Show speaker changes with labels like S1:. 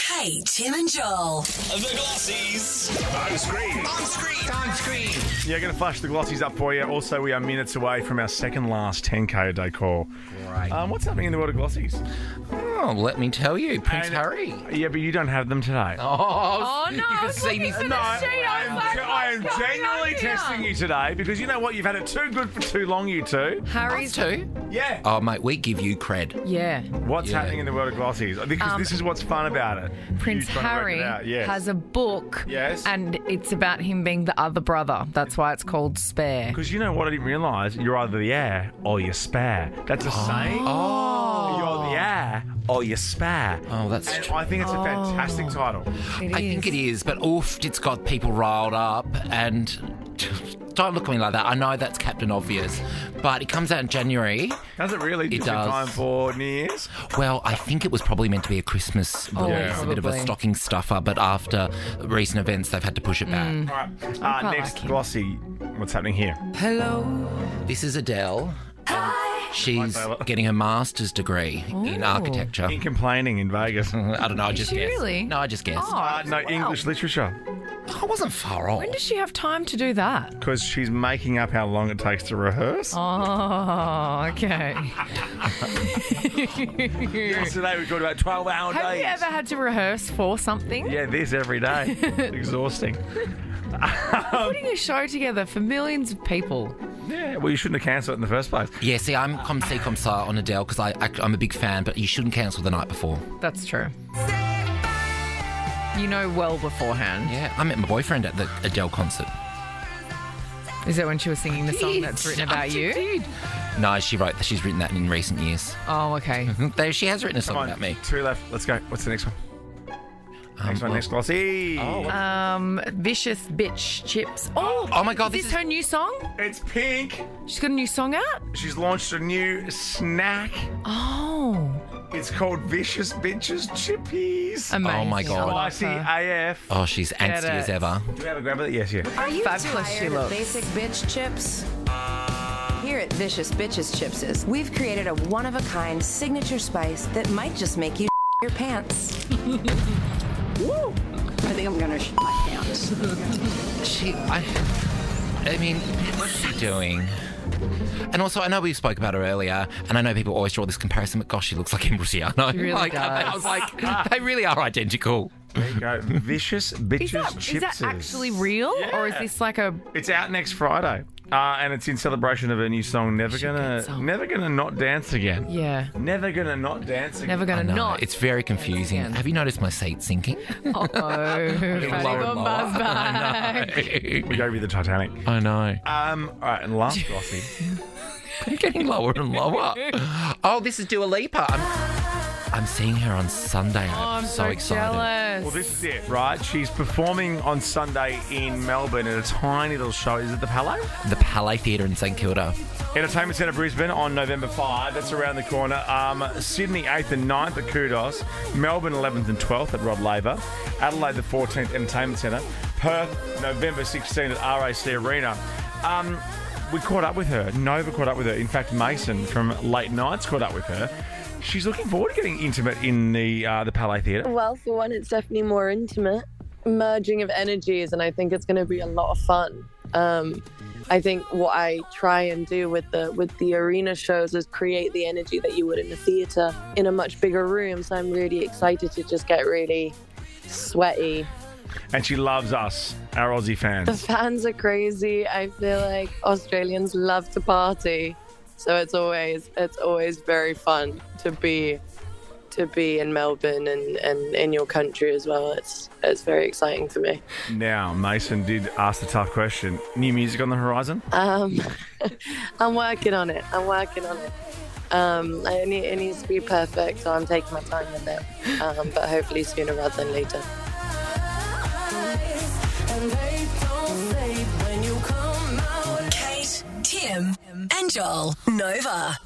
S1: Hey, Tim and Joel.
S2: The Glossies.
S3: On screen.
S2: On screen. On screen.
S3: Yeah, going to flash the glossies up for you. Also, we are minutes away from our second last 10K a day call.
S4: Right.
S3: Um, what's happening in the world of glossies?
S4: Oh, let me tell you, Prince
S3: And-
S4: Harry.
S3: Yeah, but you don't have them today.
S4: Oh,
S5: Oh no! I was
S4: see
S5: looking
S4: me-
S5: for
S4: No,
S5: the sheet. I was
S3: I'm,
S5: like,
S3: ge- I am
S5: what's going
S3: genuinely
S5: on here?
S3: testing you today because you know what? You've had it too good for too long, you two. Uh,
S5: Harry's
S4: too.
S3: Yeah.
S4: Oh, mate, we give you cred.
S5: Yeah,
S3: What's
S4: Yeah.
S3: happening in the world of glossies? Because this is what's fun about it.
S5: Prince
S3: You trying to work it
S5: Harry
S3: out, yes.
S5: has a book.
S3: Yes.
S5: And it's about him being the other brother. That's why it's called Spare.
S3: Because you know what I didn't realise? You're either the heir or you spare. That's a saying. Oh. You're the heir or you spare.
S4: Oh, that's
S3: And
S4: true.
S3: I think it's a fantastic title.
S5: It
S4: I
S5: is.
S4: think it is, but oof, it's got people riled up and don't look at me like that. I know that's Captain Obvious, but it comes out in January.
S3: Does it really? Just in
S4: does.
S3: time for New Year's?
S4: Well, I think it was probably meant to be a Christmas release,
S5: Oh,
S4: a bit of a
S5: probably.
S4: stocking stuffer, but after recent events, they've had to push it back.
S5: Hmm.
S3: All right. Uh,
S5: quite
S3: next,
S5: like him.
S3: Glossy. What's happening here?
S4: This is Adele. She's
S3: Hi, Bella.
S4: getting her master's degree in
S5: Ooh.
S4: architecture.
S5: Oh.
S3: In complaining in Vegas. uh,
S4: I don't know. I just
S5: she
S4: guessed.
S5: really?
S4: No, I just guessed.
S5: Oh,
S3: no,
S5: wow.
S3: English literature.
S4: I wasn't far off.
S5: When does she have time to do that?
S3: Because she's making up how long it takes to rehearse.
S5: Oh, okay.
S3: Yesterday we talked about 12 hour
S5: Have you ever had to rehearse for something?
S3: Yeah, this every day. Exhausting.
S5: Putting a show together for millions of people.
S3: Yeah, well, you shouldn't have cancelled it in the first place.
S4: Yeah, see, I'm com si com sa on Adele because I, I I'm a big fan, but you shouldn't cancel the night before.
S5: That's true. You know well beforehand.
S4: Yeah, I met my boyfriend at the Adele concert.
S5: Is that when she was singing the song that's written about you?
S4: No, she wrote that. She's written that in recent years. Hmm,
S5: Oh, okay.
S4: There, she has written a song
S3: Come on,
S4: about me. Um,
S3: two left. Let's go. What's the next one? next one,
S4: well-
S3: next Glossy. Uh,
S5: Um, vicious bitch chips. Oh,
S4: Oh my God,
S5: Is this,
S4: this is-
S5: her new song?
S3: It's Pink.
S5: She's got a new song out.
S3: She's launched a new snack.
S5: Oh,
S3: It's called Vicious Bitches Chippies.
S5: amazing!
S4: Oh my God.
S5: I love
S3: Spicy
S5: her.
S3: AF.
S4: Oh, she's angsty
S5: it.
S4: as ever.
S3: Do you have a grab of it? Yes, yeah.
S6: Are you
S5: Fabulous she
S6: tired of
S5: looks.
S6: basic bitch chips? Here at Vicious Bitches Chipses, we've created a one-of-a-kind signature spice that might just make you your pants.
S7: I think I'm gonna sh- my pants.
S4: She, I, I mean, what's she doing? And also, I know we spoke about her earlier, and I know people always draw this comparison, but gosh, she looks like Embriciano. She
S5: really
S4: like, I
S5: does.
S4: was like, they really are identical.
S3: There you go. Vicious Bitches
S5: Is that,
S3: Chipses.
S5: is that actually real, or is
S3: Yeah.
S5: this like a?
S3: It's out next Friday, uh, and it's in celebration of her new song, "Never
S5: should
S3: Gonna
S5: get some.
S3: Never Gonna Not Dance Again."
S5: Yeah,
S3: Never gonna not dance again.
S5: never gonna
S4: No,
S5: not.
S4: it's very confusing. Have you noticed my seat sinking?
S5: oh,
S4: Lower and lower. I
S3: We
S4: know.
S3: go with the Titanic.
S4: I know.
S3: Um, all right, and last glossy.
S4: I'm getting lower and lower. Oh, this is Dua Lipa. I'm, I'm seeing her on Sunday. and
S5: Oh, I'm so,
S4: excited.
S5: jealous.
S3: Well, this is it, right? She's performing on Sunday in Melbourne at a tiny little show. Is it the Palais?
S4: The Palais Theatre in St Kilda.
S3: Entertainment Centre Brisbane on November 5. That's around the corner. Um, Sydney 8th and 9th at Kudos. Melbourne 11th and 12th at Rod Laver. Adelaide the 14th Entertainment Centre. Perth November 16th at RAC Arena. Um, we caught up with her. Nova caught up with her. In fact, Mason from Late Nights caught up with her. She's looking forward to getting intimate in the uh, the Palais Theatre.
S8: Well, for one, it's definitely more intimate, merging of energies, and I think it's going to be a lot of fun. Um, I think what I try and do with the with the arena shows is create the energy that you would in the theatre in a much bigger room. So I'm really excited to just get really sweaty.
S3: And she loves us, our Aussie
S8: The
S3: fans.
S8: fans are crazy. I feel like Australians love to party, so it's always it's always very fun to be to be in Melbourne and, and in your country as well. It's it's very exciting for me.
S3: Now, Mason did ask the tough question. New music on the horizon?
S8: Um, I'm working on it. I'm working on it. Um, it, need, it needs to be perfect, so I'm taking my time with it. Um, but hopefully sooner rather than later.
S1: Kate, Tim, and Joel. Nova.